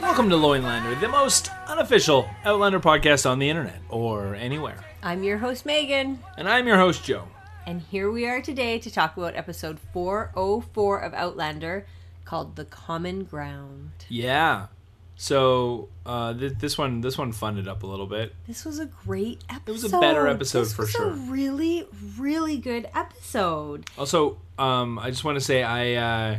Welcome to Loinlander, the most unofficial Outlander podcast on the internet or anywhere. I'm your host, Megan, And I'm your host, Joe. and here we are today to talk about episode 404 of Outlander called The Common Ground. Yeah. So uh, th- this one, this one funded up a little bit. This was a great episode. It was a better episode for sure. a really, really good episode. Also, um, I just want to say I, uh,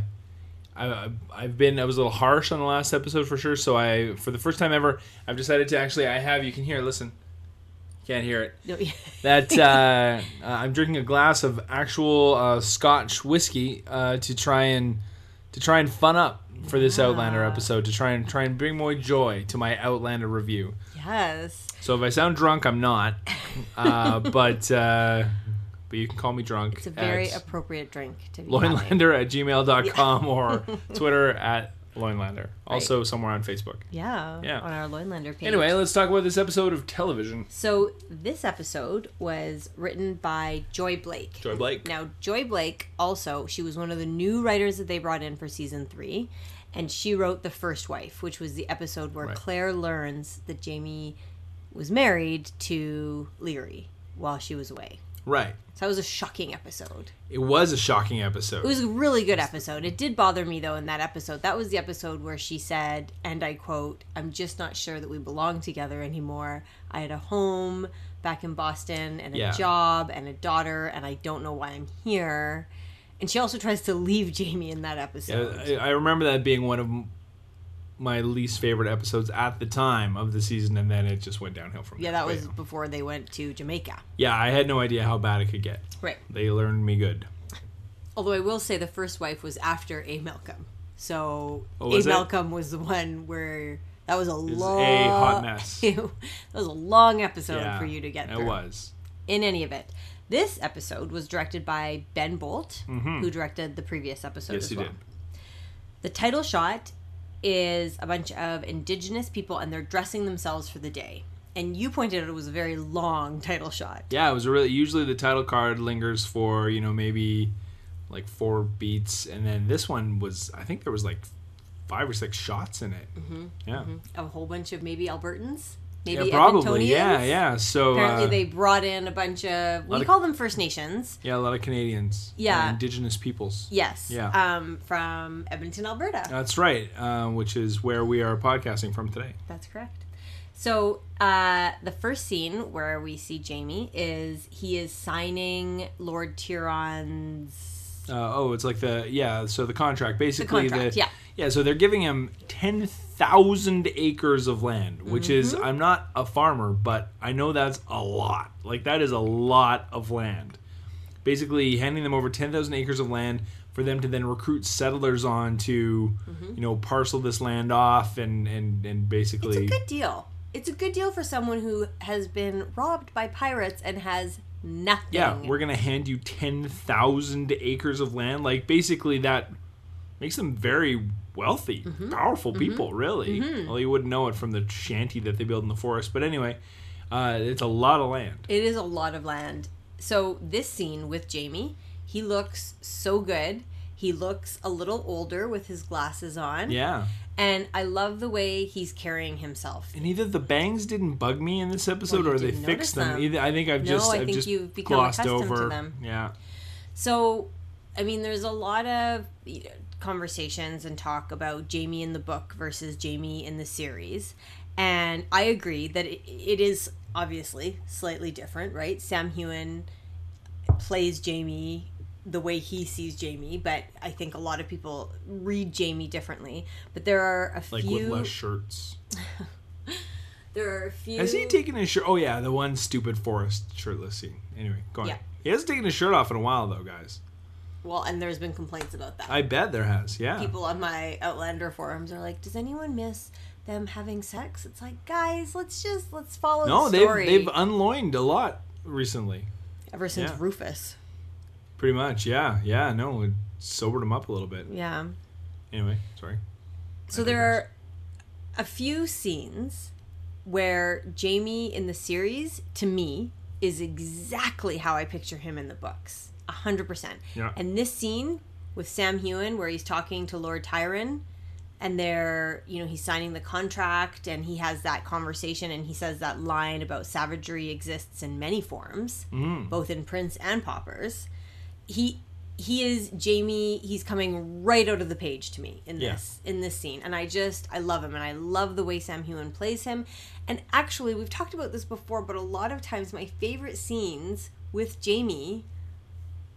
I, I've been, I was a little harsh on the last episode for sure. So I, for the first time ever, I've decided to actually, I have. You can hear. it, Listen, can't hear it. No, That uh, uh, I'm drinking a glass of actual uh, Scotch whiskey uh, to try and to try and fun up for this Outlander Ah. episode to try and try and bring more joy to my Outlander review. yes. So if I sound drunk, I'm not, uh, but uh, but you can call me drunk. It's a very at appropriate drink to be having. loinlander at gmail.com or Twitter at loinlander. Also somewhere on Facebook. Yeah, Yeah. On our Loinlander page. Anyway, let's talk about this episode of television. So this episode was written by Joy Blake. Joy Blake. Now, Joy Blake also, she was one of the new writers that they brought in for season three, and she wrote The First Wife, which was the episode where Right. Claire learns that Jamie was married to Leary while she was away. Right. So that was a shocking episode. It was a shocking episode. It was a really good episode. It did bother me though in that episode. That was the episode where she said, and I quote, I'm just not sure that we belong together anymore. I had a home back in Boston and a Yeah. job and a daughter and I don't know why I'm here. And she also tries to leave Jamie in that episode. Uh, I, I remember that being one of m- my least favorite episodes at the time of the season, and then it just went downhill from Yeah, there. that But, was before they went to Jamaica. Yeah, I had no idea how bad it could get. Right. They learned me good. Although I will say the first wife was after A. Malcolm. So Oh, A. was it? Malcolm was the one where that was a was long a hot mess. that was a long episode Yeah, for you to get It through. was. In any event, this episode was directed by Ben Bolt, who directed the previous episode Mm-hmm. Yes, as you well. did. The title shot is a bunch of indigenous people and they're dressing themselves for the day. And you pointed out it was a very long title shot. Yeah, it was a really. Usually the title card lingers for you know maybe like four beats, and then this one was. I think there was like five or six shots in it. Mm-hmm. Yeah. A whole bunch of maybe Albertans, maybe Yeah, probably. Edmontonians. Yeah, yeah. So Apparently, uh, they brought in a bunch of we of- call them First Nations. yeah, a lot of Canadians. uh, Yeah. indigenous peoples. Yes. Yeah. Um, from Edmonton, Alberta. That's right, uh, which is where we are podcasting from today. That's correct. So uh, the first scene where we see Jamie is he is signing Lord Tyrion's. Uh, oh, it's like the yeah. So the contract, basically contract, yeah. So they're giving him ten thousand acres of land, which is Mm-hmm. I'm not a farmer, but I know that's a lot. Like that is a lot of land. Basically, handing them over ten thousand acres of land for them to then recruit settlers on to, Mm-hmm. you know, parcel this land off and and and It's a basically good deal. It's a good deal for someone who has been robbed by pirates and has nothing. yeah, we're gonna hand you ten thousand acres of land. Like basically, that makes them very wealthy, Mm-hmm. powerful people. Really, well, you wouldn't know it from the shanty that they build in the forest. But anyway, uh, it's a lot of land. It is a lot of land. So this scene with Jamie, he looks so good. He looks a little older with his glasses on. Yeah, And I love the way he's carrying himself. and either the bangs didn't bug me in this episode, you or they didn't notice fixed them. them. Either I think I've No, just I I've think just you've become glossed accustomed to over. them. Yeah, So, I mean, there's a lot of you know, conversations and talk about Jamie in the book versus Jamie in the series. And I agree that it, it is obviously slightly different, right? Sam Hewen plays Jamie the way he sees Jamie, but I think a lot of people read Jamie differently. But there are a like few. with less shirts. There are a few. Has he taken his shirt? Oh yeah, the one stupid forest shirtless scene. Anyway, go on. Yeah. He hasn't taken his shirt off in a while though, guys. well, and there's been complaints about that. I bet there has. Yeah. people on my Outlander forums are like, "Does anyone miss them having sex?" It's like, guys, let's just let's follow No, the they've story. they've unloined a lot recently. Ever since yeah. Rufus, Pretty much, yeah, yeah. No, it sobered them up a little bit. yeah. Anyway, sorry. So there are a few scenes where Jamie in the series, to me, is exactly how I picture him in the books, a hundred percent. Yeah. And this scene with Sam Hewen, where he's talking to Lord Tyron, and they're you know he's signing the contract and he has that conversation and he says that line about savagery exists in many forms Hmm. Mm-hmm. both in prince and poppers he he is jamie he's coming right out of the page to me in Yeah. this in this scene and i just i love him and i love the way sam hewen plays him and actually we've talked about this before but a lot of times my favorite scenes with jamie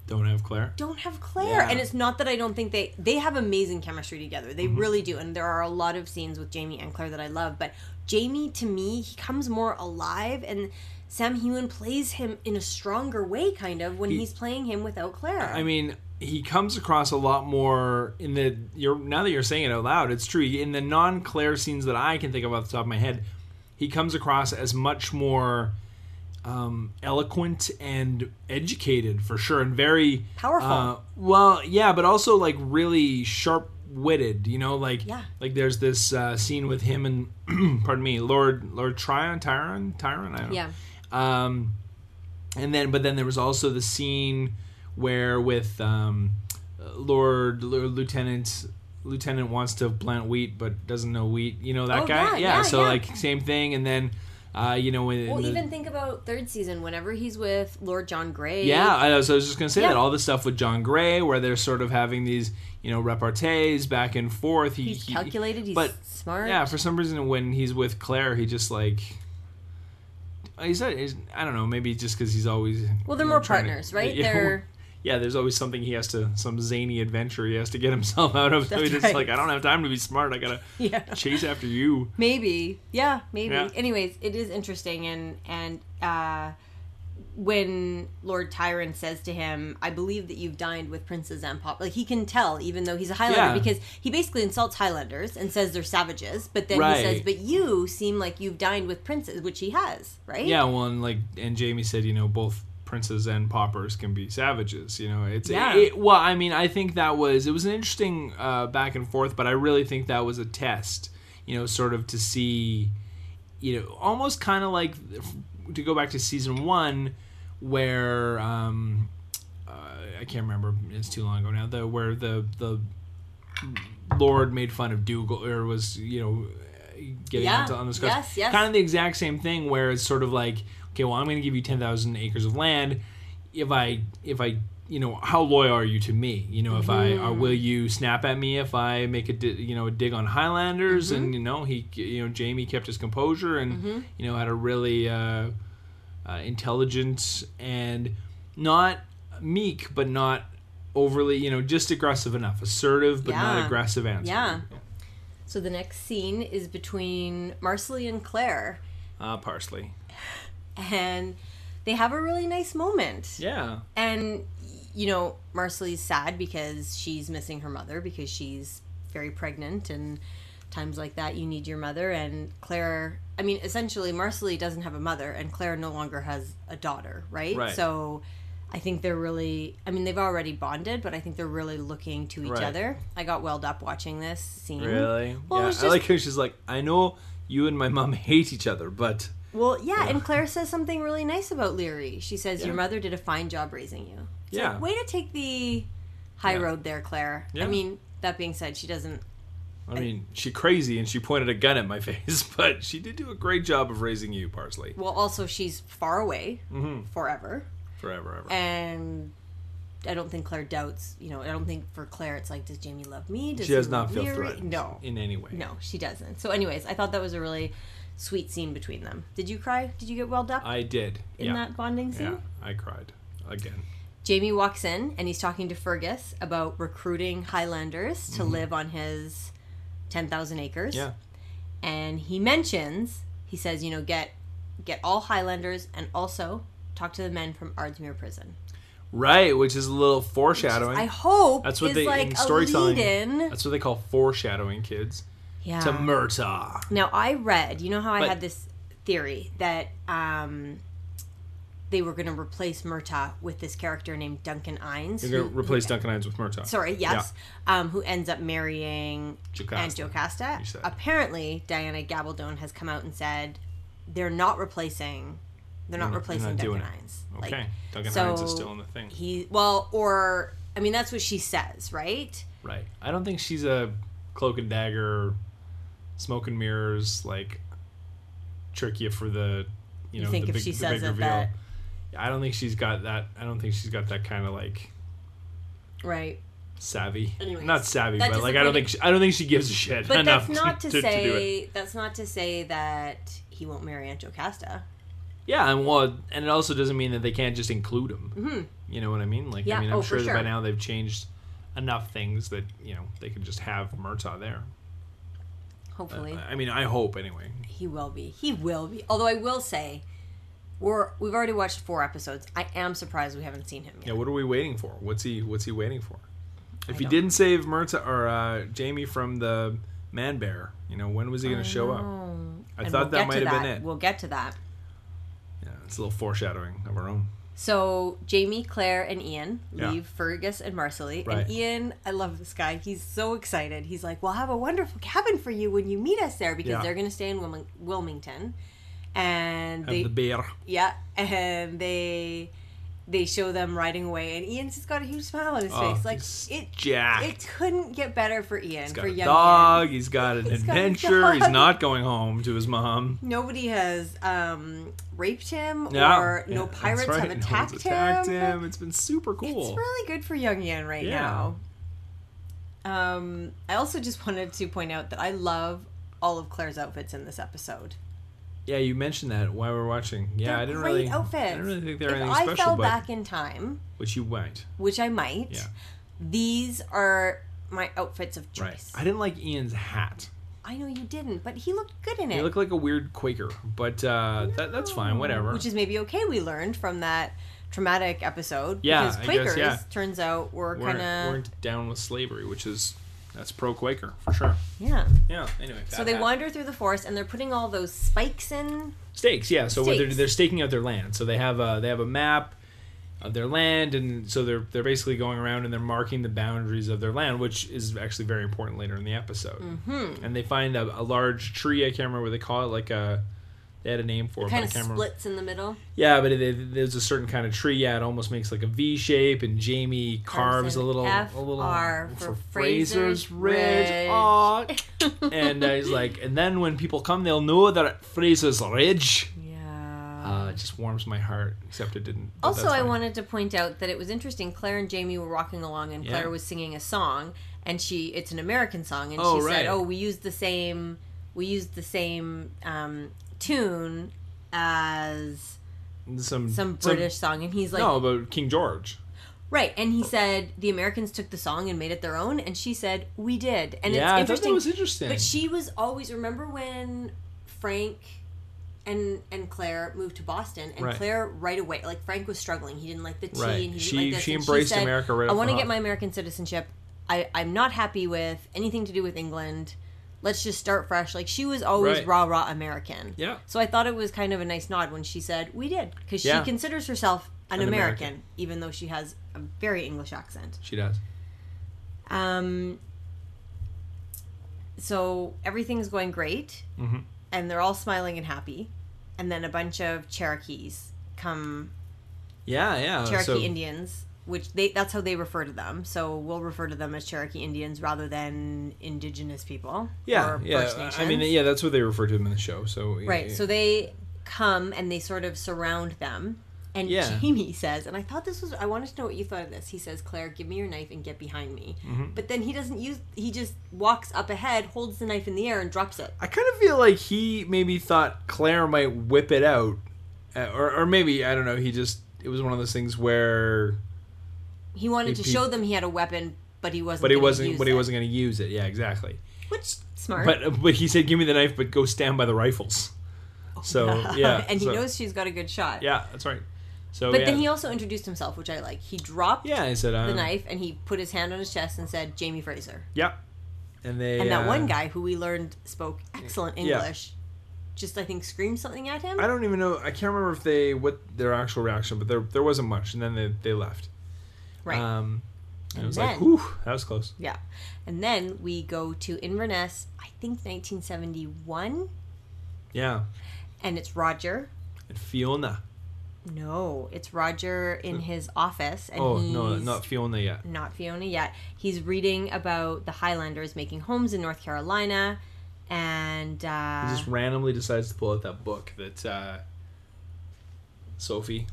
Don't have Claire. don't have Claire. Yeah. Mm-hmm. And it's not that I don't think they they have amazing chemistry together. They really do. And there are a lot of scenes with Jamie and Claire that I love, but Jamie to me, he comes more alive and Sam Hewen plays him in a stronger way kind of when He- he's playing him without Claire. I mean, he comes across a lot more in the you're now that you're saying it out loud, it's true. In the non Claire scenes that I can think of off the top of my head, he comes across as much more um, eloquent and educated for sure, and very Powerful. Uh, well, yeah, but also like really sharp witted. You know, like Yeah. like there's this uh, scene with him and pardon me, Lord Lord Tryon Tyron Tyron. I don't know. yeah. Um, and then, but then there was also the scene where with um, Lord L- Lieutenant Lieutenant wants to plant wheat but doesn't know wheat. You know that Oh, guy? yeah, yeah, so yeah. like same thing. And then, uh, you know, when Well, in the- even think about third season whenever he's with Lord John Grey. yeah, I, so I was just gonna say Yeah. that all the stuff with John Gray, where they're sort of having these, you know, repartees back and forth. He, He's he- calculated, he's but- smart. yeah, for some reason when he's with Claire, he just like he's, he's I don't know, maybe just because he's always Well, they're you know, more trying to- partners, right? Yeah, They're yeah, there's always something he has to some zany adventure he has to get himself out of. So That's he's just right. like I don't have time to be smart. I gotta yeah. chase after you. Maybe. Yeah, maybe. Yeah. Anyways, it is interesting and and uh when Lord Tyron says to him, I believe that you've dined with princes and pop like he can tell even though he's a Highlander Yeah. because he basically insults Highlanders and says they're savages, but then he says, Right. But you seem like you've dined with princes which he has, right? Yeah, well, and like, and Jamie said, you know, both princes and paupers can be savages. You know, it's Yeah. it, well, I mean, I think that was it was an interesting uh, back and forth, but I really think that was a test. You know, sort of to see, you know, almost kind of like to go back to season one where um, uh, I can't remember. It's too long ago now. The where the the Lord made fun of Dougal or was you know getting Yeah. onto on this question. Yes, yes. Kind of the exact same thing where it's sort of like, okay, well, I'm going to give you ten thousand acres of land. If I if I you know how loyal are you to me? You know if I Mm-hmm. or will you snap at me if I make a di- you know a dig on Highlanders? Mm-hmm. And you know he you know Jamie kept his composure and you know had a really. Uh, uh, intelligent and not meek, but not overly, you know, just aggressive enough, assertive but Yeah. not aggressive answer. Yeah. So the next scene is between Marcelly and Claire Uh, parsley. and they have a really nice moment. Yeah. And you know, Marcelly's sad because she's missing her mother because she's very pregnant and times like that you need your mother and Claire I mean, essentially Marcelly doesn't have a mother and Claire no longer has a daughter, right? Right. So I think they're really I mean, they've already bonded, but I think they're really looking to each Right. other. I got welled up watching this scene. Really? Mm-hmm. Well, it yeah. was I just- like how she's like, I know you and my mom hate each other, but Well, yeah, and Claire says something really nice about Leary. She says, Yeah. Your mother did a fine job raising you. It's Yeah. like, way to take the high Yeah. road there, Claire. I Yeah. mean, that being said, she doesn't. I mean, she crazy and she pointed a gun at my face, but she did do a great job of raising you, parsley, Well, also, she's far away Mm-hmm. forever. forever, ever. And I don't think Claire doubts, you know, I don't think for Claire it's like, Does Jamie love me? Does she does he not love feel Leary?" threatened. No. In any way. No, she doesn't. So, anyways, I thought that was a really sweet scene between them. Did you cry? Did you get welled up I did. in yeah. that bonding scene? yeah. I cried again. Jamie walks in and he's talking to Fergus about recruiting Highlanders to live on his 10,000 acres. Mm-hmm. Yeah. And he mentions, he says, you know, get get all Highlanders and also talk to the men from Ardsmuir prison. Right, which is a little foreshadowing. I hope That's what is they like in a lead storytelling. in. That's what they call foreshadowing, kids. Yeah. To Murtaugh. Now I read, you know how I But- had this theory that um, they were going to replace Murtaugh with this character named Duncan Ines. You're who- gonna replace Duncan Hines with Murtaugh. sorry, yes, um, who ends up marrying Jocasta. and Jocasta. you said. Apparently, Diana Gabaldon has come out and said they're not replacing. They're They're not not- they're replacing not doing Duncan it. Hines. Okay, Like, Duncan so- Hines is still in the thing. he well, or I mean, that's what she says, right? Right. I don't think she's a cloak and dagger, smoke and mirrors, like trick you for the you You know think the if big, she the says big it, reveal. that- I don't think she's got that. I don't think she's got that kind of like Right. savvy. Anyways, not savvy, that but like I don't disappointed- think she, I don't think she gives a shit But enough that's not to, to, to do it. say that's not to say that he won't marry Aunt Jocasta. Yeah, and well, and it also doesn't mean that they can't just include them. Mhm. You know what I mean? Like, Yeah, I mean, I'm oh, for sure, that by sure. now they've changed enough things that you know they could just have Murtaugh there. Hopefully, I mean, I hope anyway. he will be. He will be. Although I will say, we're we've already watched four episodes. I am surprised we haven't seen him yet. Yeah, what are we waiting for? What's he What's he waiting for? If I he don't- didn't save Murtaugh or uh, Jamie from the man bear, you know, when was he going to show up? Oh. I And thought that get might to have been it. We'll get to that. Yeah, it's a little foreshadowing of our own. So Jamie, Claire, and Ian Yeah. leave Fergus and Marcelly. Right. And Ian, I love this guy. He's so excited. He's like, "We'll have a wonderful cabin for you when you meet us there because Yeah. they're going to stay in Wilming- Wilmington." And And they, the bear. yeah, and they they show them riding away, and Ian's just got a huge smile on his Oh, face. Like he's it, jacked. it couldn't get better for Ian He's for got a young dog. Ian. He's got an He's got a adventure. He's dog. not going home to his mom. Nobody has um, raped him, Yeah, or no yeah, that's pirates right. have No one's attacked, attacked him. him. It's been super cool. It's really good for young Yan right Yeah. now. Um, I also just wanted to point out that I love all of Claire's outfits in this episode. Yeah, you mentioned that while we were watching. Yeah, They're I didn't great really. outfits. I didn't really think they were if anything I special, fell but back in time, which you went which I might, Yeah. these are my outfits of right. choice. I didn't like Ian's hat. I know you didn't, but he looked good in He it. looked like a weird Quaker, but uh, that that's fine. Whatever. Which is maybe okay. We learned from that traumatic episode. Yeah, because I guess, Quakers yeah. turns out were weren't, kind of weren't down with slavery, which is that's pro Quaker for sure. yeah. Yeah. Anyway, So that they hat. wander through the forest and they're putting all those spikes in. stakes. Yeah. So whether Stakes. they're staking out their land, so they have a they have a map of their land, and so they're they're basically going around and they're marking the boundaries of their land, which is actually very important later in the episode. Hmm. Mm-hmm. And they find a, a large tree. I can't remember what they call it. Like a they had a name for it, but I Kind of can't remember. splits in the middle. Yeah, but it, it- there's a certain kind of tree. Yeah, it almost makes like a V shape, and Jamie carves Carves a an little a little FR for Fraser's Ridge. Aw. and uh, he's like, and then when people come, they'll know that Fraser's Ridge. Yeah. Uh, it just warms my heart, except it didn't. but also, that's I fine. wanted to point out that it was interesting. Claire and Jamie were walking along, and Yeah. Claire was singing a song, and she—it's an American song—and Oh, she right. said, "Oh, we used the same, we used the same um, tune as some some British song." And he's like, no, but King George. "Right," and he said, "The Americans took the song and made it their own," and she said, "We did." And yeah, it's I thought that interesting. was interesting. But she was always remember when Frank and and Claire moved to Boston and Right. Claire right away like Frank was struggling. He didn't like the tea Right. and he She- didn't like this. she and embraced said, America right I off want the to hop." get my American citizenship. I, I'm not happy with anything to do with England. Let's just start fresh. Like she was always Right. rah rah American. Yeah. So I thought it was kind of a nice nod when she said we did because Yeah. she considers herself an, An American. American, even though she has a very English accent. she does. Um, so everything's going great, Mhm. and they're all smiling and happy. And then a bunch of Cherokees come, Yeah, yeah. Cherokee Uh, so, Indians, which they that's how they refer to them. So we'll refer to them as Cherokee Indians rather than Indigenous people. yeah, or First yeah. I mean, Nations. yeah, that's what they refer to him in the show. So right. So they come and they sort of surround them. And Yeah. Jamie says, and I thought this was, I wanted to know what you thought of this. He says, Claire, give me your knife and get behind me. Mm-hmm. But then he doesn't use, he just walks up ahead, holds the knife in the air, and drops it. I kind of feel like he maybe thought Claire might whip it out, uh, or, or maybe I don't know. He just it was one of those things where, He wanted He- to he- show them he had a weapon, but he wasn't but he gonna wasn't, use but he it. wasn't going to use it. Yeah, exactly. Which, smart. But but he said, "Give me the knife, but go stand by the rifles." So yeah, Oh, and he so- knows she's got a good shot. Yeah, that's right. So But yeah, then he also introduced himself, which I like. He dropped yeah, he said, um, the knife and he put his hand on his chest and said, Jamie Fraser. Yeah, and they And that uh, one guy who we learned spoke excellent Yeah. English just, I think, screamed something at him. I don't even know. I can't remember if they what their actual reaction, but there there wasn't much, and then they they left. Right. Um, and it And was like, then- whew, that was close. yeah. And then we go to Inverness, I think 1971, Yeah, and it's Roger and Fiona. No, it's Roger in his office, and Oh he's no, not Fiona yet. not Fiona yet. He's reading about the Highlanders making homes in North Carolina, and uh, He just randomly decides to pull out that book that uh, Sophie,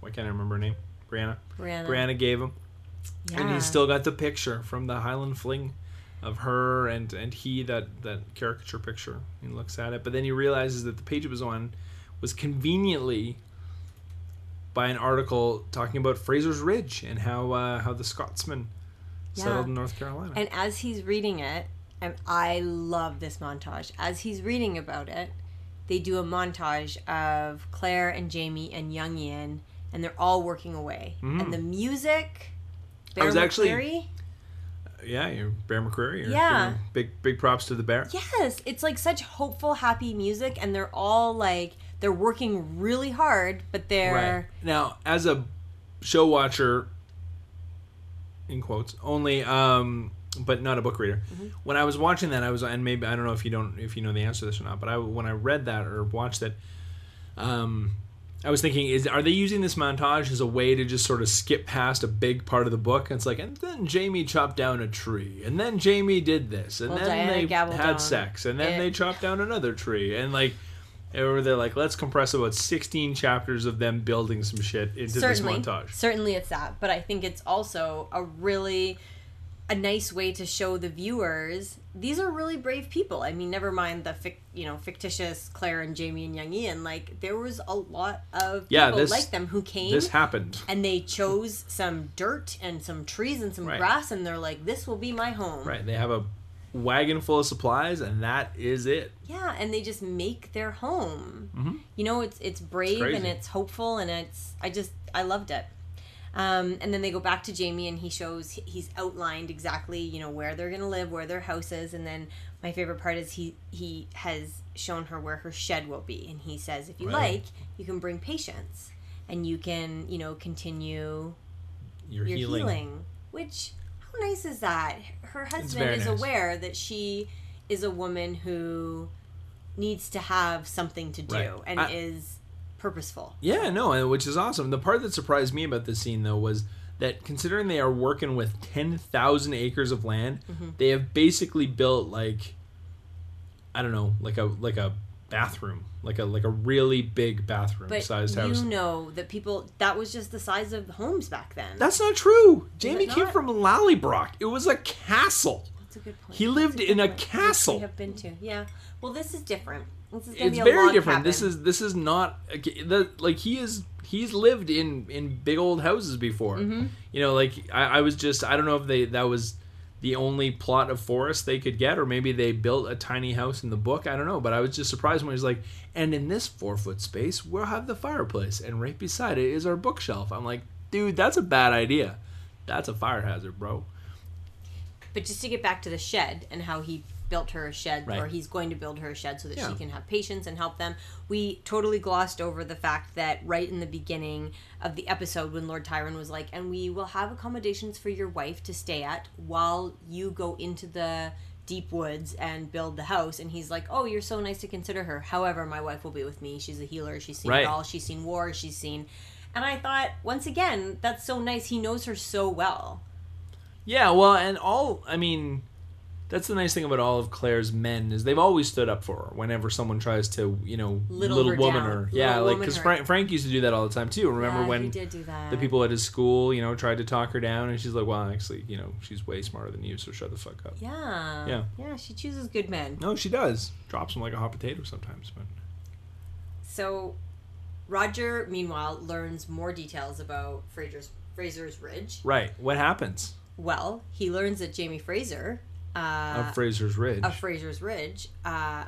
why can't I remember her name? Brianna. Brianna. Brianna gave him, and Yeah. he's still got the picture from the Highland Fling of her and and he that that caricature picture. He looks at it, but then he realizes that the page it was on was conveniently by an article talking about Fraser's Ridge and how uh, how the Scotsman settled Yeah. in North Carolina. And as he's reading it, and I love this montage. As he's reading about it, they do a montage of Claire and Jamie and Young Yin, and they're all working away. And the music. Bear Mm-hmm. was actually- McCreary? yeah, you Bear McCreary. or Yeah. giving Big big props to the bear. Yes, it's like such hopeful, happy music, and they're all like they're working really hard, but they're Right. Now, as a show watcher, in quotes, only, um, but not a book reader. Mm-hmm. When I was watching that, I was, and maybe I don't know if you don't, if you know the answer to this or not, but I when I read that or watched that, um, I was thinking, is are they using this montage as a way to just sort of skip past a big part of the book? And it's like, and then Jamie chopped down a tree, and then Jamie did this, and Well, then Diana they gabbled had on sex, and then it. they chopped down another tree, and like, or they're like, let's compress about 16 chapters of them building some shit into certainly this montage. certainly it's that, but I think it's also a really a nice way to show the viewers these are really brave people. I mean, never mind the fic, you know fictitious Claire and Jamie and Young Ian. Like there was a lot of Yeah, people this- like them who came This happened. and they chose some dirt and some trees and some Right. grass, and they're like, "This will be my home." Right. They have a wagon full of supplies, and that is it. Yeah, and they just make their home. You know, it's it's brave crazy. and it's hopeful and it's I just I loved it. Um, and then they go back to Jamie and he shows he's outlined exactly you know where they're gonna live, where their house is, and then my favorite part is he he has shown her where her shed will be, and he says if you Right. like you can bring patients and you can you know continue You're, your healing. healing. Which how nice is that? Her husband very is nice. aware that she is a woman who needs to have something to do Right. and I- is purposeful. Yeah, no, and- which is awesome. The part that surprised me about this scene, though, was that considering they are working with 10,000 acres of land, Mm-hmm. they have basically built like I don't know, like a like a bathroom, like a like a really big bathroom But sized you house. know that people that was just the size of homes back then. That's not true. Jamie it came not? from Lallybrock. It was a castle. That's a good point. He That's lived good in a point, which castle. We have been to, yeah. Well, this is different. This is gonna it's be a very log different. Cabin. This is this is not the, like he is he's lived in in big old houses before. Mm-hmm. You know, like I, I was just I don't know if they that was the only plot of forest they could get, or maybe they built a tiny house in the book. I don't know, but I was just surprised when he was like, and in this four foot space we'll have the fireplace, and right beside it is our bookshelf. I'm like, dude, that's a bad idea. That's a fire hazard, bro. But just to get back to the shed and how he built her a shed, or Right. he's going to build her a shed so that Yeah. she can have patients and help them, we totally glossed over the fact that right in the beginning of the episode, when Lord Tyron was like, and we will have accommodations for your wife to stay at while you go into the deep woods and build the house and he's like oh you're so nice to consider her however my wife will be with me she's a healer she's seen Right. it all she's seen war she's seen and i thought once again that's so nice he knows her so well Yeah, well, and all I mean, that's the nice thing about all of Claire's men is they've always stood up for her whenever someone tries to, you know, Little little, her woman down. her. Little Yeah, like woman because her. Frank, Frank used to do that all the time too. Remember Yeah, he when did do that. the people at his school, you know, tried to talk her down, and she's like, "Well, actually, you know, she's way smarter than you, so shut the fuck up." Yeah. Yeah. Yeah, she chooses good men. No, she does. Drops him like a hot potato sometimes, but So Roger, meanwhile, learns more details about Fraser's, Fraser's Ridge. right. What happens Well, he learns that Jamie Fraser uh, of Fraser's Ridge? of Fraser's Ridge uh,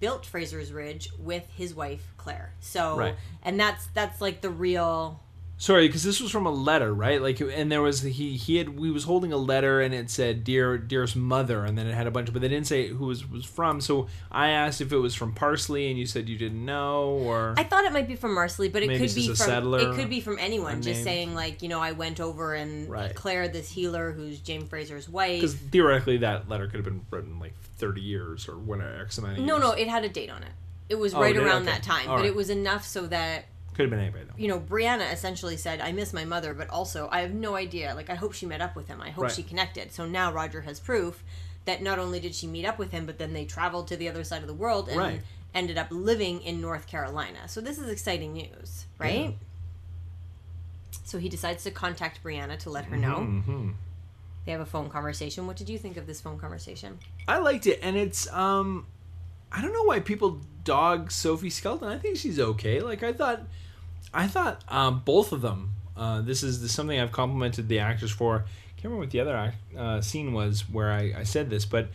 built Fraser's Ridge with his wife Claire. So, Right. and that's that's like the real Sorry, because this was from a letter, right? Like, and there was he he had we was holding a letter, and it said "dear dearest mother," and then it had a bunch, but they didn't say who was was from. So I asked if it was from Parsley, and you said you didn't know, or I thought it might be from Marsley, but it Maybe could it's be from just a settler it could be from anyone. name. Just saying like you know I went over and Right. Claire, this healer who's Jamie Fraser's wife. because theoretically that letter could have been written like thirty years or whatever x amount of No, years. no, it had a date on it. It was Oh, right it did? around Okay. that time, All but right. it was enough so that Could have been anybody though. you know, Brianna essentially said, I miss my mother, but also I have no idea. Like, I hope she met up with him. I hope Right. she connected. So now Roger has proof that not only did she meet up with him, but then they traveled to the other side of the world and Right. ended up living in North Carolina. So this is exciting news, right? So he decides to contact Brianna to let her know. Mm-hmm. They have a phone conversation. What did you think of this phone conversation? I liked it, and it's um, I don't know why people dog Sophie Skelton. I think she's okay. Like I thought, I thought um, both of them. Uh, this is the, something I've complimented the actors for. can't remember what the other act, uh, scene was where I, I said this, but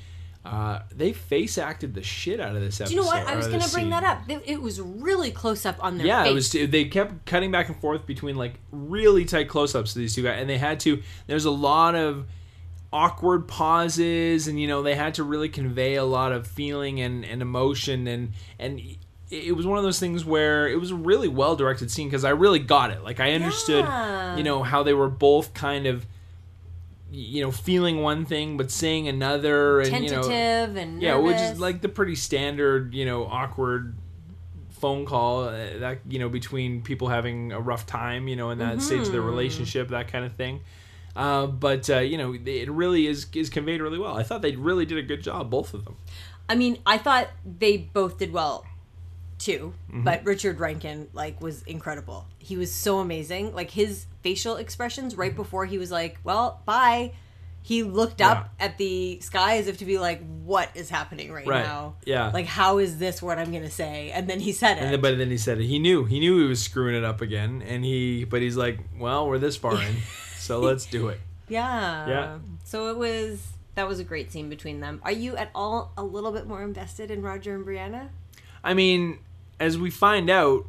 uh, they face acted the shit out of this episode. Do you know what? I or was this going to bring scene. that up. It- It was really close up on their Yeah, face. it was. They kept cutting back and forth between like really tight close-ups to these two guys, and they had to. There's a lot of awkward pauses, and you know they had to really convey a lot of feeling and, and emotion, and and it- it was one of those things where it was a really well-directed scene because I really got it. Like I understood, Yeah. you know, how they were both kind of, you know, feeling one thing but saying another, and you tentative know, and nervous. yeah, which is like the pretty standard, you know, awkward phone call uh, that you know between people having a rough time, you know, in that stage of their Mm-hmm. relationship, that kind of thing. Uh, but uh, you know, it really is is conveyed really well. I thought they really did a good job, both of them. I mean, I thought they both did well too, Mm-hmm. but Richard Rankin like was incredible. He was so amazing. Like his facial expressions right Mm-hmm. before he was like, "Well, bye." He looked up at the sky as if to be like, "What is happening right, Right. now?" Yeah. Like, how is this what I'm gonna say? And then he said it. And then, but then he said he knew he knew he was screwing it up again, and he but he's like, well, we're this far in, so let's do it. yeah. Yeah. So it was. That was a great scene between them. Are you at all a little bit more invested in Roger and Brianna? I mean, as we find out,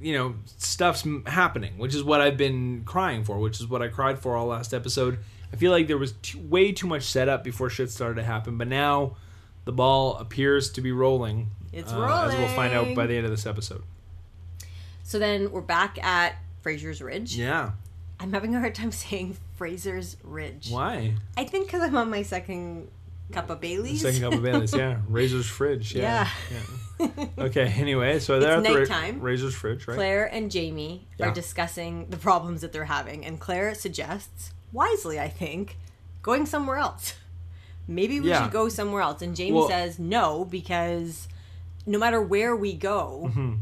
you know, stuff's m- happening, which is what I've been crying for, which is what I cried for all last episode. I feel like there was too, way too much setup before shit started to happen, but now the ball appears to be rolling. uh, It's As we'll find out by rolling. the end of this episode. So then we're back at Fraser's Ridge. Yeah. I'm having a hard time saying Fraser's Ridge. Why? I think because I'm on my second cup of Bailey's. Second cup of Bailey's, yeah. Razor's fridge, yeah. yeah. Okay, anyway, so they're It's at the nighttime. Razor's fridge, right? Claire and Jamie Yeah. are discussing the problems that they're having, and Claire suggests, wisely, I think, going somewhere else. Maybe we Yeah. should go somewhere else. And Jamie Well- says no because no matter where we go, Mm-hmm.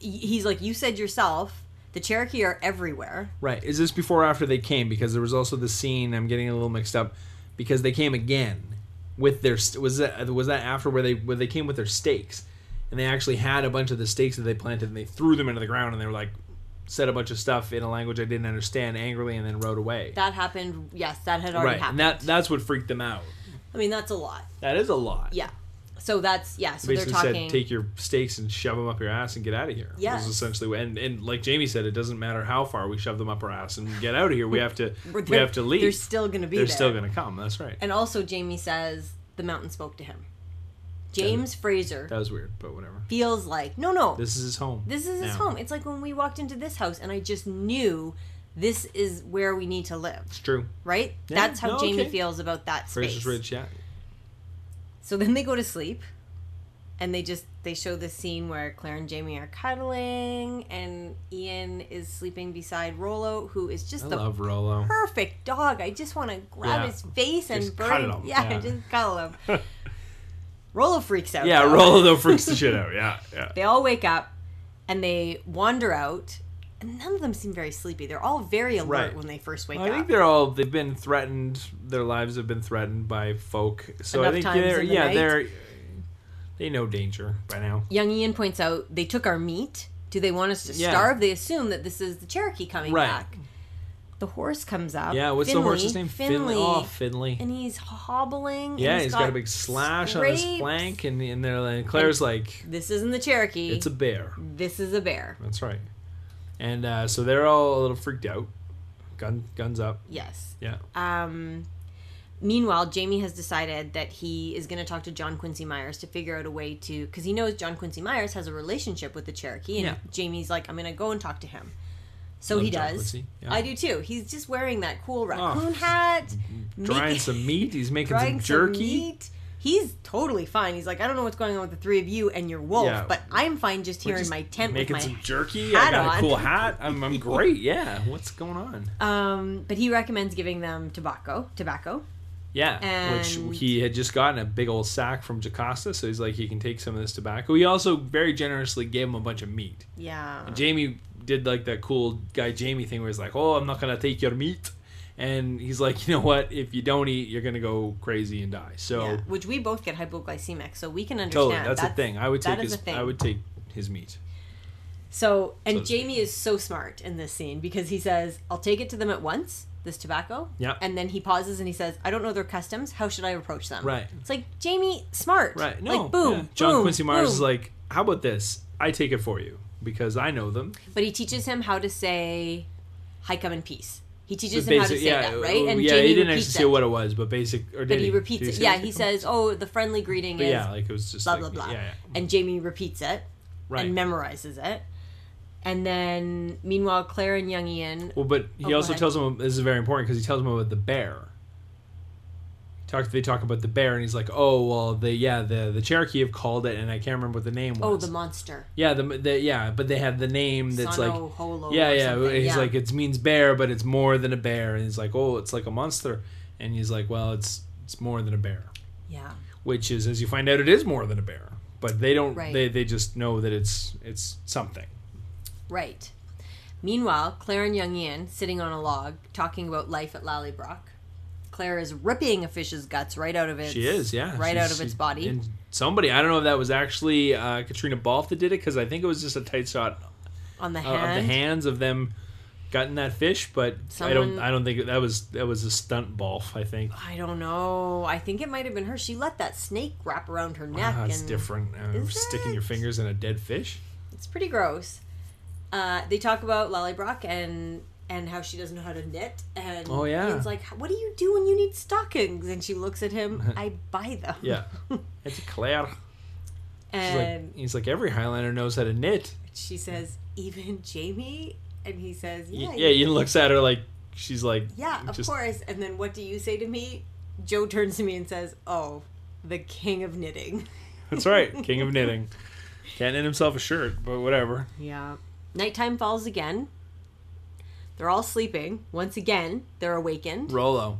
he- he's like, you said yourself, the Cherokee are everywhere. Right. Is this before or after they came? Because there was also the scene. I'm getting a little mixed up because they came again with their st- was that was that after where they where they came with their stakes and they actually had a bunch of the stakes that they planted and they threw them into the ground and they were like said a bunch of stuff in a language I didn't understand angrily and then rode away. That happened. Yes, that had already right. happened. And that that's what freaked them out. I mean, that's a lot. That is a lot. Yeah. So that's yeah. So they're Basically said, talking. take your stakes and shove them up your ass and get out of here. Yeah, Yes. Was essentially, what- and and like Jamie said, it doesn't matter how far we shove them up our ass and get out of here. We have to We're- we have to leave. They're still going to be They're there. still going to come. That's right. and also, Jamie says the mountain spoke to him. James Fraser That was weird, but whatever. feels like no, no. This, This is his home. is his now. home. It's like when we walked into this house, and I just knew this is where we need to live. It's true. Right? Yeah, That's how no, Jamie okay. feels about that space. Fraser's Ridge, yeah. So then they go to sleep, and they just they show this scene where Claire and Jamie are cuddling, and Ian is sleeping beside Rolo, who is just I the love Rolo. perfect dog. I just want to grab Yeah. his face and Just burn. cuddle him. Yeah, Yeah. just cuddle him. Rolo freaks out. Yeah, though. Rolo though freaks the shit out. Yeah, yeah. They all wake up and they wander out, and none of them seem very sleepy. They're all very alert Right. when they first wake I up. think they're all they've been threatened. Their lives have been threatened by folk. So Enough I think times they're in the yeah night. they're they know danger by now. Young Ian points out they took our meat. Do they want us to Yeah. starve? They assume that this is the Cherokee coming Right. back. The horse comes up. Yeah, what's the Finley- horse's name? Finley. Oh, Finley. And he's hobbling. yeah, and he's got, a big slash on his scrapes. flank, and and they're like, Claire's like, This isn't the Cherokee. it's a bear. this is a bear. That's right. And uh, so they're all a little freaked out. Gun guns up. Yes. Yeah. Um, meanwhile, Jamie has decided that he is going to talk to John Quincy Myers to figure out a way to, because he knows John Quincy Myers has a relationship with the Cherokee, and Yeah. Jamie's like, I'm going to go and talk to him. So Love Oh, he John does. Quincy, yeah. Oh. I do too. He's just wearing that cool raccoon hat, Mm-hmm. drying meat- some meat. He's making drying some some jerky. meat, He's totally fine. He's like, I don't know what's going on with the three of you and your wolf, Yeah. but I'm fine just here in just my tent with making my some jerky. I hat got on. a cool hat. I'm, I'm great. Yeah. What's going on? Um, but he recommends giving them tobacco, tobacco, Yeah, And- which he had just gotten a big old sack from Jocasta, so he's like, he can take some of this tobacco. He also very generously gave him a bunch of meat. yeah, Jamie did like that cool guy Jamie thing where he's like, oh, I'm not gonna take your meat, and he's like, you know what? If you don't eat, you're gonna go crazy and die. So yeah, which we both get hypoglycemic, so we can understand. totally, that's, a thing. I would that take is his, a thing. I would take his meat. So, and So- Jamie is so smart in this scene because he says, "I'll take it to them at once." This tobacco. Yeah. And then he pauses and he says, "I don't know their customs. How should I approach them?" Right. It's like Jamie, smart. Right? No. Like boom. yeah. John boom, Quincy Mars is boom. like, how about this? I take it for you because I know them. But he teaches him how to say, "Hi, come in peace." He teaches But him how to basic- say that, oh, right? And yeah, Jamie he didn't repeats actually say it. what it was, but basic. Or did But he repeats Did it. say Yeah, it? he says, "Oh, the friendly greeting But is yeah, like it was just blah like, blah blah," Yeah, yeah. and Jamie repeats it right. and memorizes it. And then, meanwhile, Claire and Young Ian. well, but Oh, he go also ahead. tells him this is very important because he tells him about the bear. Talk, they talk about the bear, and he's like, "Oh, well, the yeah, the the Cherokee have called it, and I can't remember what the name was." Oh, the monster. yeah, the, the yeah, but they have the name that's like Sono Holo yeah, or yeah. something, He's yeah. like, it means bear, but it's more than a bear, and he's like, "Oh, it's like a monster," and he's like, "Well, it's it's more than a bear." Yeah. which is as you find out it is more than a bear but they don't Right. they, they just know that it's it's something Right. Meanwhile, Claire and Young Ian sitting on a log talking about life at Lallybrock. Claire is ripping a fish's guts right out of its. she is yeah Right She's- out of its she- body. and somebody i don't know if that was actually uh, katrina balf that did it because i think it was just a tight shot on the uh, of the hand. hands of them gotten that fish but i Someone- don't i don't think that was that was a stunt balf i think I don't know. I think it might have been her. She let that snake wrap around her neck. Ah, it's and different uh, Is sticking it? your fingers in a dead fish It's pretty gross. Uh, they talk about Lallybrock and and how she doesn't know how to knit. And Oh, yeah. Ian's like, "What do you do when you need stockings?" And she looks at him. I buy them. yeah it's claire She's and like, he's like every highlander knows how to knit she says, "Even Jamie," and he says, Y- "Yeah, yeah you- ian looks at her like she's like yeah, of just course." And then what do you say to me? Joe turns to me and says, "Oh, the king of knitting." That's right, king of knitting. Can't knit himself a shirt, but whatever. Yeah. Nighttime falls again. They're all sleeping. Once again, they're awakened. Rolo.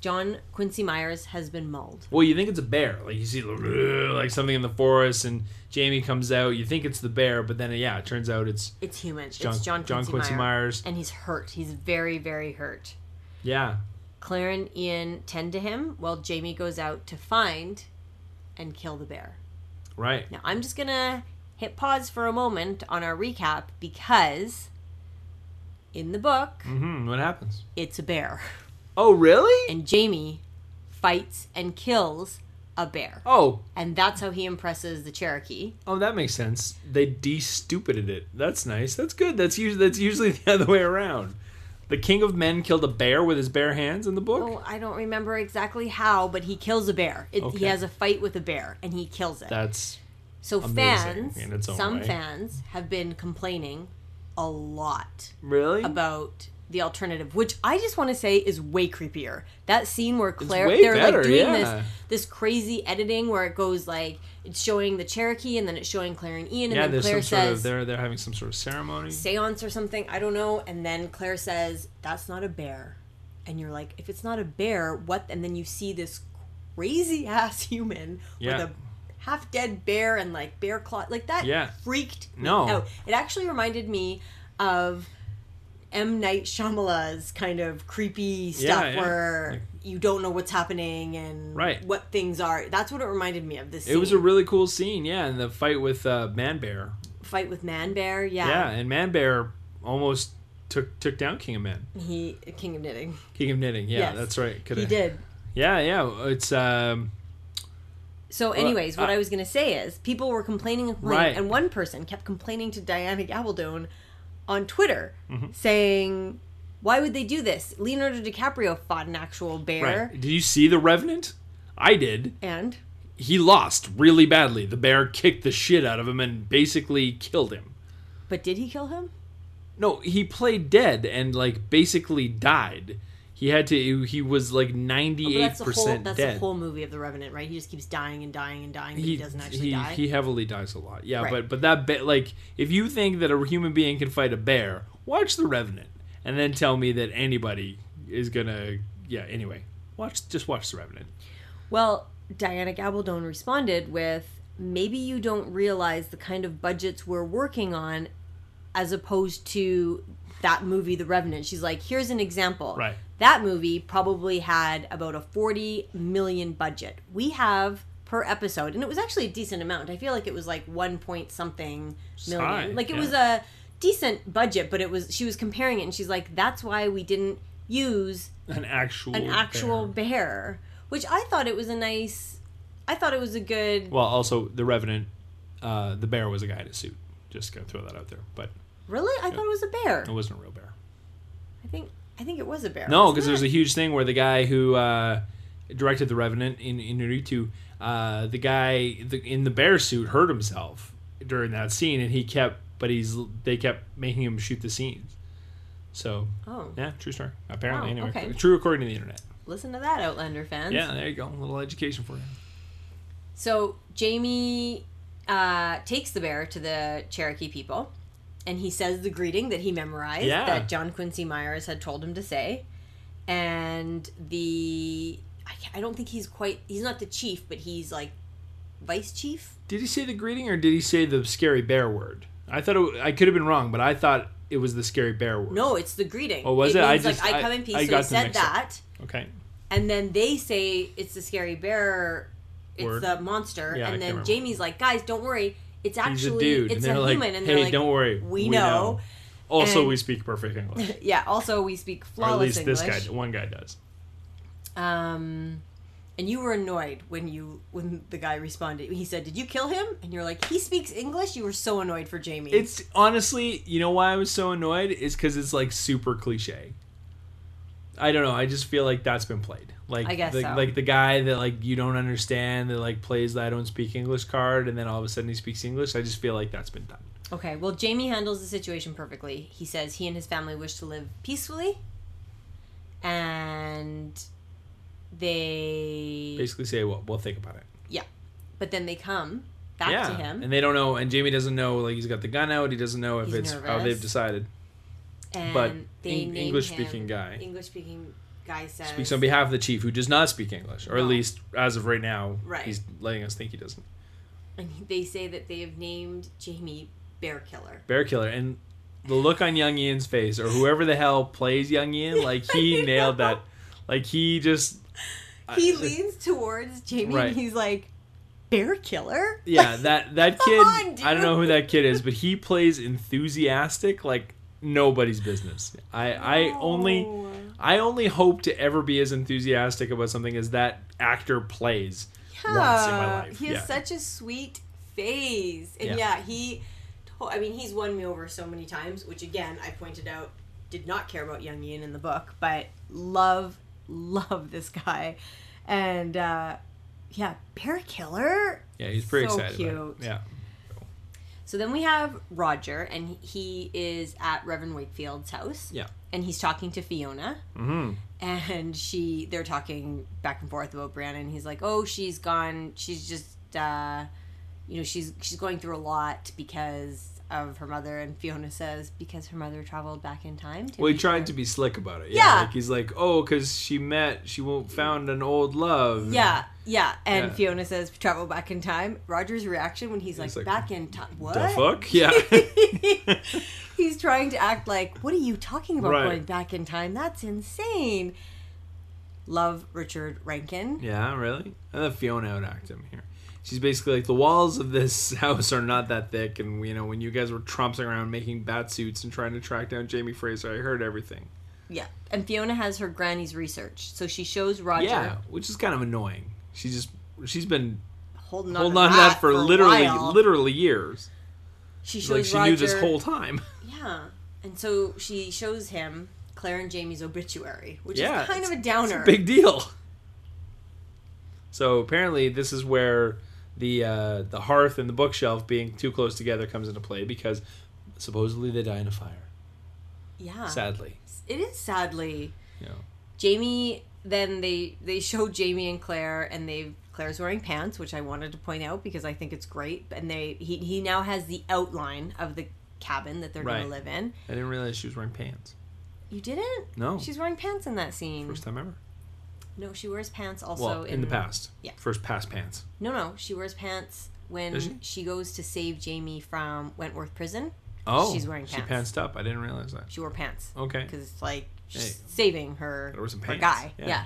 John Quincy Myers has been mauled. Well, you think it's a bear. Like you see the- like something in the forest, and Jamie comes out. You think it's the bear, but then yeah, it turns out it's It's human. John, it's John Quincy, Meyer. Myers. And he's hurt. He's very, very hurt. Yeah, Claire and Ian tend to him while Jamie goes out to find and kill the bear. right. Now, I'm just going to hit pause for a moment on our recap because in the book, hmm What happens? it's a bear. Oh, really? And Jamie fights and kills a bear. Oh, And that's how he impresses the Cherokee. oh, that makes sense. They de-stupided it. That's nice. That's good. That's usually that's usually the other way around. The king of men killed a bear with his bare hands in the book. Oh, I don't remember exactly how, but he kills a bear. It, He Okay. has a fight with a bear and he kills it. That's so amazing fans, in its own some way. fans have been complaining a lot really about the alternative, which I just want to say is way creepier. That scene where Claire, way they're better, like doing yeah. this this crazy editing where it goes like it's showing the Cherokee and then it's showing Claire and Ian, and yeah. then There's Claire some sort says of they're they're having some sort of ceremony. seance or something, I don't know, and then Claire says that's not a bear, and you're like, if it's not a bear, what? And then you see this crazy ass human Yeah. with a half dead bear and like bear claw, like that Yeah. freaked me No. out. It actually reminded me of M. Night Shyamala's kind of creepy stuff yeah. where Like- you don't know what's happening and Right. what things are. That's what it reminded me of. This It was a really cool scene, yeah, and the fight with uh, Man Bear. fight with Man Bear. Yeah, Yeah, and Man Bear almost took took down King of Men, he King of Knitting. King of Knitting. Yeah, Yes. that's right. Coulda- He did. Yeah, yeah. It's um, So, anyways, what uh, I was gonna say is people were complaining and complaining, Right. and one person kept complaining to Diana Gabaldon on Twitter, Mm-hmm. saying, "Why would they do this? Leonardo DiCaprio fought an actual bear, right. Did you see the Revenant? I did. and He lost really badly. The bear kicked the shit out of him and basically killed him. but did he kill him? No, he played dead and like basically died. He had to. He was like Oh, But ninety eight that's the whole percent that's dead. the whole movie of the Revenant, right? He just keeps dying and dying and dying, but he, doesn't actually he, die. he heavily dies a lot. Yeah, Right. but but that bit like if you think that a human being can fight a bear, watch The Revenant, and then tell me that anybody is gonna. Yeah. Anyway, watch just watch The Revenant. Well, Diana Gabaldon responded with, "Maybe you don't realize the kind of budgets we're working on, as opposed to that movie, The Revenant." She's like, "Here's an example. Right. That movie probably had about a forty million budget. We have." Per episode, and it was actually a decent amount. I feel like it was like one point something million. high, like it yeah. was a decent budget, but it was. She was comparing it, and she's like, "That's why we didn't use An actual an actual bear. bear. which I thought it was a nice. I thought it was a good. Well, also The Revenant, uh, the bear was a guy in a suit. Just gonna throw that out there, but Really, I thought it was a bear. it wasn't a real bear. I think I think it was a bear. No, wasn't because it? there's a huge thing where the guy who uh, directed The Revenant in Inuritu, uh, the guy the, in the bear suit hurt himself during that scene, and he kept, but he's they kept making him shoot the scenes. So Oh, yeah, true story. Apparently, Wow, anyway, okay. true according to the internet. listen to that, Outlander fans. Yeah, there you go. A little education for you. So Jamie uh, takes the bear to the Cherokee people, and he says the greeting that he memorized Yeah. that John Quincy Myers had told him to say, and the I, can't- I don't think he's quite. He's not the chief, but he's like vice chief. Did he say the greeting or did he say the scary bear word? I thought it, I could have been wrong, but I thought it was the scary bear word. No, it's the greeting. Oh, was it? I means, just- like I I- come in peace. I so got he them said mixed up. that, Okay. and then they say it's the scary bear. It's Word. the monster, Yeah, I can't and then remember. Jamie's like, "Guys, don't worry. It's He's actually a dude. it's and they're a like, human." And hey, they're like, don't worry. "We know." Also, And- we speak perfect English. Yeah. Also, we speak Or at flawless least English. this guy, one guy does. Um, and you were annoyed when you when the guy responded. He said, "Did you kill him?" And you're like, "He speaks English." You were so annoyed for Jamie. It's honestly, you know why I was so annoyed is because it's like super cliche. I don't know. I just feel like that's been played. Like I guess the, so. like the guy that like you don't understand that like plays the I don't speak English card, and then all of a sudden he speaks English. I just feel like that's been done. Okay, well, Jamie handles the situation perfectly. He says he and his family wish to live peacefully, and they, Basically, say well, we'll think about it. but then they come back yeah, to him, and, and they don't know, and Jamie doesn't know. Like he's got the gun out. He doesn't know if He's it's how they've nervous. decided. but they Eng- name English-speaking him- guy. English-speaking guy says Speaks on behalf of the chief, who does not speak English, or at No. least as of right now, Right. he's letting us think he doesn't. and he- they say that they have named Jamie Bear Killer. Bear Killer. And the look on Young Ian's face, or whoever the hell plays Young Ian, like he I nailed know. that. Like he just. He I- leans towards Jamie, Right. and he's like, "Bear Killer." Yeah, that that Come kid. on, I don't know dude. who that kid is, but he plays enthusiastic like nobody's business. I I only No. I only hope to ever be as enthusiastic about something as that actor plays. yeah. once in my life. He has Yeah. such a sweet face. And Yeah. yeah, he to- I mean, he's won me over so many times, which again, I pointed out did not care about Young Ian in the book, but love love this guy. And uh yeah, Bear Killer. Yeah, he's pretty So excited. About it. cute. Yeah. So then we have Roger and he is at Reverend Wakefield's house. Yeah. And he's talking to Fiona. hmm and she they're talking back and forth about Brianna and he's like, "Oh, she's gone. She's just uh you know, she's she's going through a lot because of her mother." And Fiona says because her mother traveled back in time to Well, he meet her." tried to be slick about it. Yeah. Yeah. Like he's like, oh, because she met, she won't found an old love. yeah, yeah, and Yeah. Fiona says travel back in time. Roger's reaction when he's like, He's like, back in time, what? The fuck? Yeah. he's trying to act like, what are you talking about Right. going back in time? That's insane. Love Richard Rankin. Yeah, really? I thought Fiona would act him here. She's basically like, the walls of this house are not that thick, and you know, when you guys were tromping around making bat suits and trying to track down Jamie Fraser, I heard everything. Yeah, and Fiona has her granny's research, so she shows Roger Yeah, which is kind of annoying. She just she's been holding on, holding to, on to that, that for, a literally while. literally years. She She's shows like she Roger, knew this whole time. yeah, and so she shows him Claire and Jamie's obituary, which Yeah, is kind of a It's downer. a big deal. So apparently this is where the uh, the hearth and the bookshelf being too close together comes into play because supposedly they die in a fire. yeah, Sadly. it is sadly. You know. Jamie then they they show Jamie and Claire and they Claire's wearing pants, which I wanted to point out because I think it's great. And they he he now has the outline of the cabin that they're Right. gonna live in. I didn't realize she was wearing pants. Mm-hmm. You didn't? No. She's wearing pants in that scene. First time ever. No, she wears pants also Well, in, in the past. yeah. First past pants. No, no, she wears pants when Does she? goes to save Jamie from Wentworth Prison. Oh. She's wearing She pants. pantsed up. I didn't realize that. She wore pants Okay. because it's like she's Hey. saving her, Gotta wear some her pants. guy. Yeah. Yeah.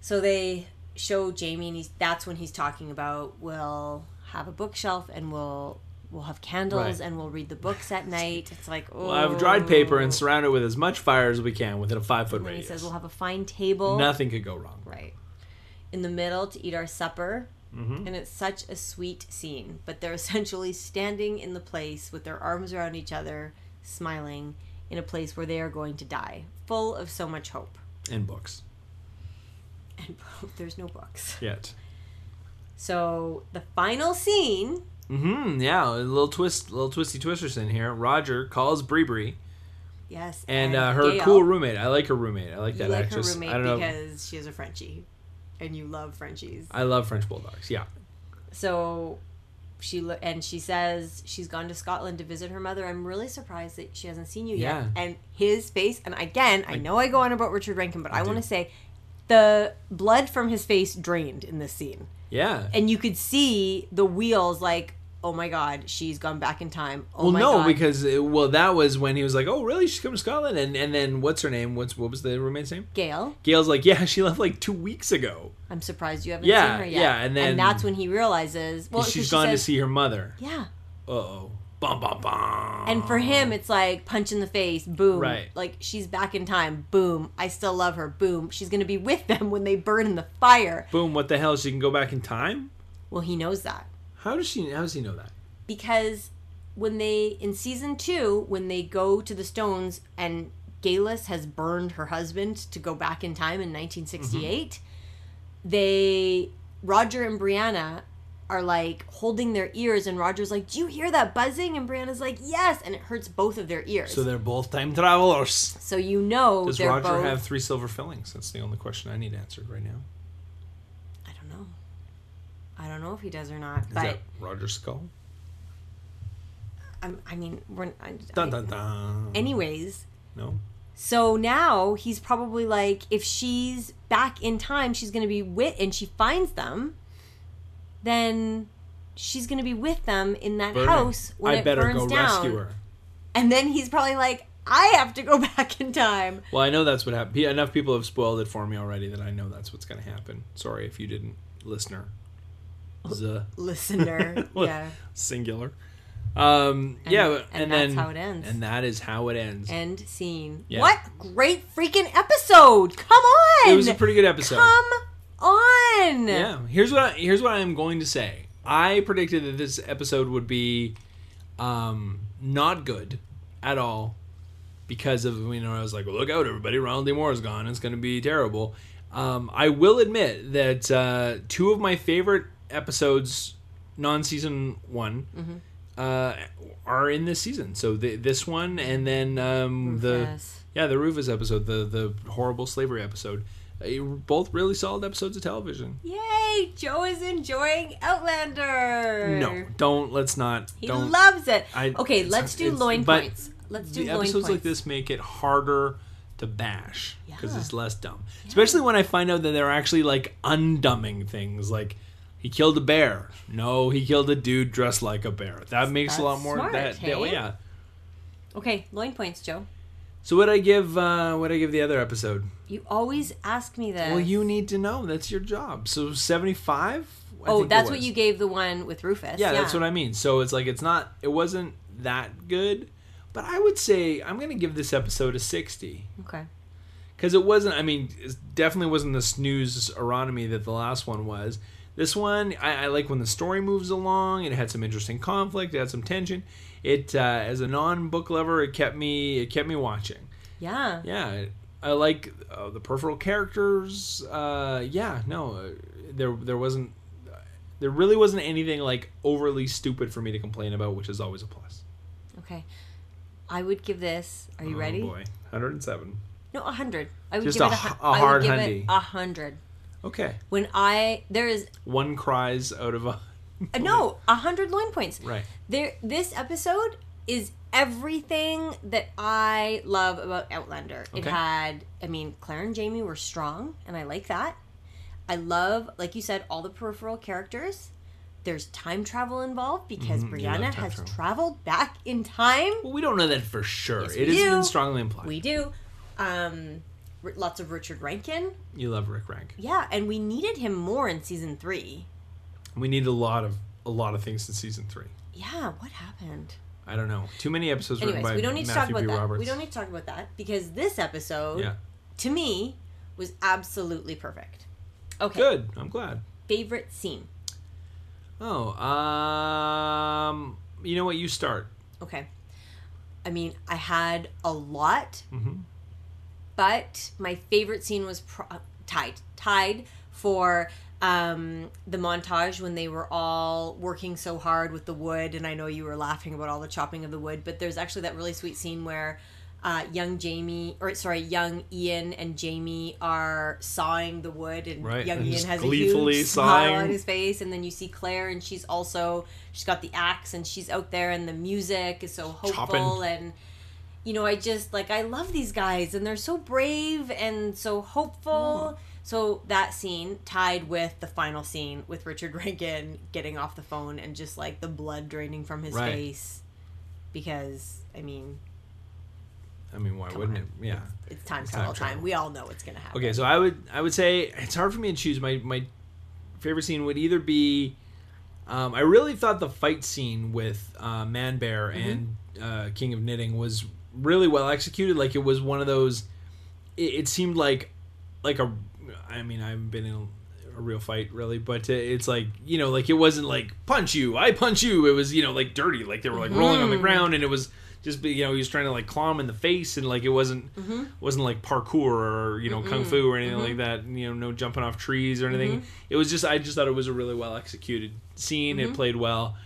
So they show Jamie, and he's that's when he's talking about we'll have a bookshelf and we'll we'll have candles Right. and we'll read the books at night. It's like oh, We'll have dried paper and surround it with as much fire as we can within a five foot And then he radius. says we'll have a fine table. Nothing could go wrong. Right. In the middle to eat our supper. Mm-hmm. And it's such a sweet scene. But they're essentially standing in the place with their arms around each other, smiling, in a place where they are going to die, full of so much hope. In books. And there's no books. Yet. So the final scene. Mm-hmm. Yeah. A little twist, little twisty twisters in here. Roger calls Bree Bree Yes. and uh, her Gail. cool roommate. I like her roommate. I like You that like actress. her roommate I don't know. because she is a Frenchie. And you love Frenchies. I love French bulldogs. Yeah. So she lo- and she says she's gone to Scotland to visit her mother. I'm really surprised that she hasn't seen you Yeah. yet. And his face, and again, I, know I go on about Richard Rankin, but I, want do. to say the blood from his face drained in this scene. Yeah. And you could see the wheels like, oh my god, she's gone back in time. Oh well, my no, God. because it, well, that was when he was like, "Oh, really? She's coming to Scotland?" And and then what's her name? What's what was the roommate's name? Gail, Gail's like, "Yeah, she left like two weeks ago. I'm surprised you haven't Yeah, seen her yet. yeah, and then- that's when he realizes. Well, 'cause she's she gone says, to see her mother." Yeah. Uh oh. Bum bum bum. And for him, it's like punch in the face, boom. Right. Like she's back in time, boom. I still love her, boom. She's gonna be with them when they burn in the fire. boom, what the hell? She can go back in time? Well, he knows that How does she? How does he know that? because when they in season two, when they go to the stones and Galus has burned her husband to go back in time in 1968, they Roger and Brianna are like holding their ears, and Roger's like, "Do you hear that buzzing?" And Brianna's like, "Yes," and it hurts both of their ears. So So, they're both time travelers. you know Does they're Roger both. have three silver fillings? That's the only question I need answered right now. I don't know. I don't know if he does or not, Is but that Roger's skull? I'm, I mean, we're. I, Dun dun dun. anyways, no. so now he's probably like, if she's back in time, she's going to be with, and she finds them, then she's going to be with them in that Burning. house when I it better burns go down. rescue her. And then he's probably like, I have to go back in time. Well, I know that's what happened. Enough people have spoiled it for me already that I know that's what's going to happen. Sorry if you didn't, listener. Z. Listener, yeah. Singular. Um, yeah, but- and and, that's then how it ends. And that is how it ends. End scene. Yeah. What great freaking episode! Come on! it was a pretty good episode. Come on! yeah, here's what I, here's what I am going to say. I predicted that this episode would be um, not good at all because of you know I was like, look out, everybody, Ronald D. Moore is gone. It's going to be terrible. Um, I will admit that uh, two of my favorite episodes, non-season one, uh, are in this season. So the, this one and then um, the Rufus. yeah the Rufus episode, the the horrible slavery episode, Uh, both really solid episodes of television. Yay! Joe is enjoying Outlander. No, don't. Let's not. he don't. loves it. I- okay, it's- let's do it's- loin but points. Let's do the loin episodes points. like this make it harder to bash because Yeah. it's less dumb. Especially when I find out that they're actually like undumbing things. Like he killed a bear. No, he killed a dude dressed like a bear. That makes a lot that's more. smart, that, that- hey? yeah. Okay, loin points, Joe. So what I give? uh What I give the other episode? You always ask me this. Well, you need to know. That's your job. So seventy five. Oh, that's what you gave the one with Rufus. yeah, that's what I mean. So it's like it's not it wasn't that good, but I would say I'm going to give this episode a 60 Okay. cuz it wasn't I mean, it definitely wasn't the snooze eronomy that the last one was. This one, I, I like when the story moves along. It had some interesting conflict. It had some tension. It, uh, as a non-book lover, it kept me. It kept me watching. Yeah. Yeah, I like uh, the peripheral characters. Uh, yeah, no, uh, there there wasn't uh, there really wasn't anything like overly stupid for me to complain about, which is always a plus. Okay. I would give this. Are you Oh, ready? boy, 107. No, a hundred. I would Just give a it a, h- hun- a I would hard give it hundy. a hundred. Okay. When I there is One cries out of a. uh, no a hundred loin points. Right. There, this episode is everything that I love about Outlander. It Okay. had, I mean, Claire and Jamie were strong, and I like that. I love, like you said, all the peripheral characters. There's time travel involved because Mhm, you love Brianna time has travel. traveled back in time. Well, we don't know that for sure. Yes, it we has do. been strongly implied. We do. Um, r- lots of Richard Rankin. you love Rick Rank. Yeah, and we needed him more in season three. We need a lot of a lot of things in season three. Yeah, what happened? I don't know. Too many episodes Anyways, written by we don't need to talk Matthew B. about that. Roberts. We don't need to talk about that because this episode, Yeah. to me, was absolutely perfect. Okay, Good. I'm glad. favorite scene. Oh, um, you know what? You start. Okay, I mean, I had a lot, Mhm. but my favorite scene was pro- uh, tied tied for um, the montage when they were all working so hard with the wood, and I know you were laughing about all the chopping of the wood, but there's actually that really sweet scene where. Uh, young Jamie, or sorry, young Ian and Jamie are sawing the wood, and Right, young and Ian just has a gleefully huge smile on sawing. his face, and then you see Claire, and she's also she's got the axe, and she's out there, and the music is so hopeful, Chopping. and you know, I just like I love these guys and they're so brave and so hopeful. So that scene tied with the final scene with Richard Rankin getting off the phone and just like the blood draining from his Right. face because I mean, I mean, why wouldn't on. it? Yeah. it's time It's time travel time. travel. We all know what's going to happen. Okay, so I would I would say it's hard for me to choose. My my favorite scene would either be um, I really thought the fight scene with uh, Man Bear Mm-hmm. and uh, King of Knitting was really well executed. Like it was one of those. It, it seemed like like a. I mean, I haven't been in a, a real fight really, but uh, it's like you know, like it wasn't like punch you, I punch you. It was you know like dirty, like they were like rolling on the ground, and it was just be- you know he was trying to like claw him in the face, and like it wasn't wasn't like parkour or you know kung fu or anything like that. You know, no jumping off trees or anything. It was just I just thought it was a really well executed scene. It played well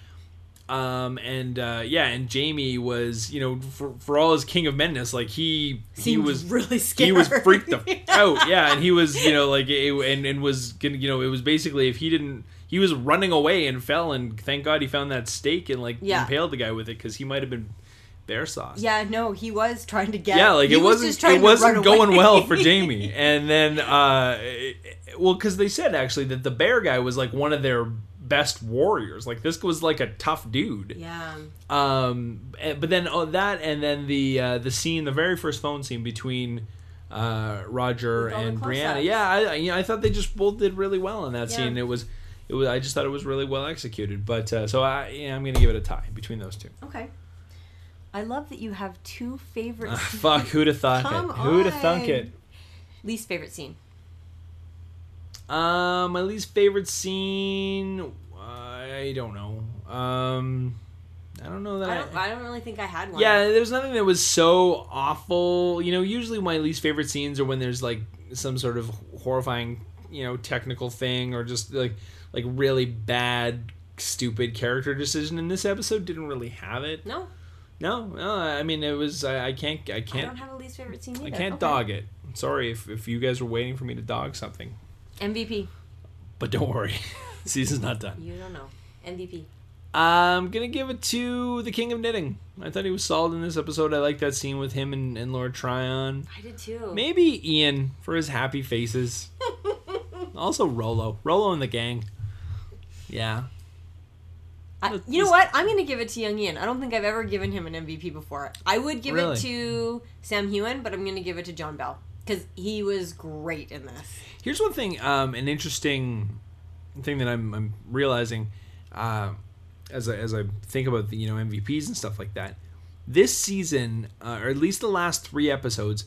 um and uh yeah and jamie was you know for, for all his king of menace like he he Seemed was really scared. he was freaked the f out yeah and he was you know like it, and and was gonna you know it was basically if he didn't he was running away and fell and thank god he found that stake and like Yeah. impaled the guy with it because he might have been bear sauce Yeah, no, he was trying to get yeah, like he it was wasn't just trying it to wasn't run going away. well for Jamie. And then uh it- it- well cuz they said actually that the bear guy was like one of their best warriors. Like this was like a tough dude. yeah. Um eh, but then oh, that and then the uh the scene the very first phone scene between uh Roger With all the and close-ups. Brianna. Yeah, I I- you know, I thought they just both did really well in that Yeah. scene. It was it was I just thought it was really well executed. But uh so I yeah, I'm going to give it a tie between those two. Okay. I love that you have two favorite Ah, fuck, who'd have thought Come it? Who'd have thunk on. it? least favorite scene. Um, my least favorite scene. I don't know. Um, I don't know that. I I don't, I don't really think I had one. Uh, yeah, there's nothing that was so awful. You know, usually my least favorite scenes are when there's like some sort of horrifying, you know, technical thing or just like like really bad, stupid character decision. And this episode didn't really have it. No, No, no. I mean, it was. I, I can't. I I don't can't. have a least favorite scene I, either. can't Okay. dog it. Sorry if if you guys were waiting for me to dog something, MVP. but don't worry, season's not done. You don't know. MVP. I'm gonna give it to the King of Knitting. I thought he was solid in this episode. I like that scene with him and, and Lord Tryon. I did too. Maybe Ian for his happy faces. also Rolo. Rolo and the gang. Yeah. I, you know what? I'm going to give it to Young Ian. I don't think I've ever given him an MVP before. I would give Really? it to Sam Hewen, but I'm going to give it to John Bell because he was great in this. Here's one thing, um, an interesting thing that I'm, I'm realizing uh, as, I, as I think about the you know MVPs and stuff like that. This season, uh, or at least the last three episodes,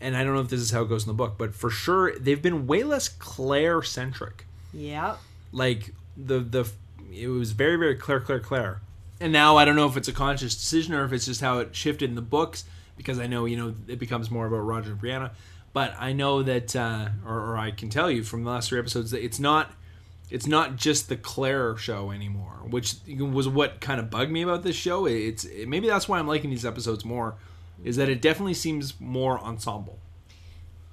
and I don't know if this is how it goes in the book, but for sure they've been way less Claire centric. Yep. Like the the it was very very Claire Claire Claire, and now I don't know if it's a conscious decision or if it's just how it shifted in the books because I know you know it becomes more about Roger and Brianna, but I know that uh, or, or I can tell you from the last three episodes that it's not it's not just the Claire show anymore, which was what kind of bugged me about this show. It's it, maybe that's why I'm liking these episodes more is that it definitely seems more ensemble.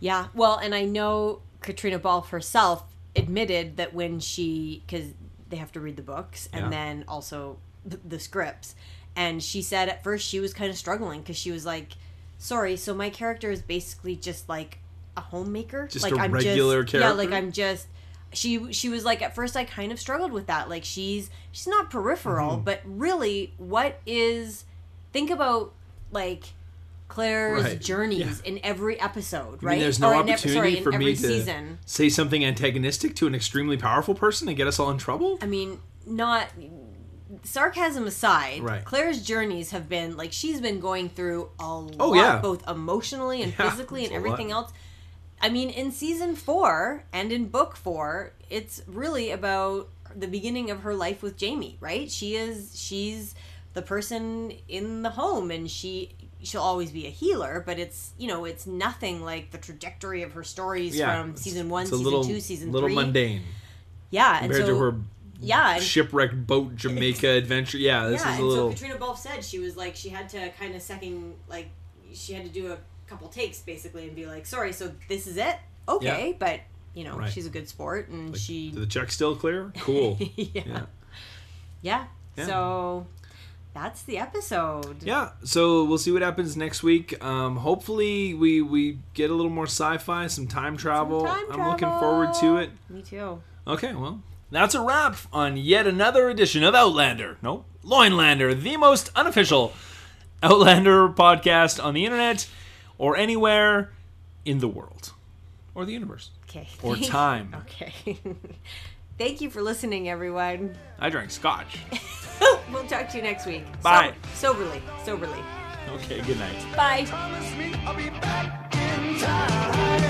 Yeah. Well, and I know Katrina Ball herself admitted that when she, because they have to read the books and Yeah. then also th- the scripts, and she said at first she was kind of struggling because she was like, "Sorry, so my character is basically just like a homemaker, Just like a regular yeah, like character? I'm just." She she was like at first I kind of struggled with that like she's she's not peripheral Mm-hmm. but really what is think about like Claire's Right. journeys in every episode, I right? mean, there's no Or in ev- opportunity sorry, in for me every to season. say something antagonistic to an extremely powerful person and get us all in trouble. I mean, not sarcasm aside, Right. Claire's journeys have been like she's been going through a Oh, lot, yeah. both emotionally and Yeah, physically it's and a lot. everything else. I mean, in season four and in book four, it's really about the beginning of her life with Jamie, right? She is she's the person in the home and she she'll always be a healer, but it's you know, it's nothing like the trajectory of her stories from it's- season one, it's season little, two, season little three. mundane Yeah, and compared so to her yeah, and shipwrecked boat Jamaica adventure. Yeah, this yeah, is a and little so Katrina Balfe said she was like she had to kind of second like she had to do a couple takes basically and be like, sorry, so this is it, okay, but you know Right. she's a good sport and like, she, did the check still clear? Cool. yeah. yeah, Yeah. Yeah. So that's the episode. Yeah, so we'll see what happens next week. Um, hopefully, we we get a little more sci-fi, some time travel. Time I'm looking forward to travel. it. Me too. Okay, well, that's a wrap on yet another edition of Outlander. No, Loinlander, the most unofficial Outlander podcast on the internet or anywhere in the world or the universe Okay. or Thank- time. Okay. Thank you for listening, everyone. I drank scotch. we'll talk to you next week. Bye. So- soberly. Soberly. Okay, good night. Bye. Promise me I'll be back in time.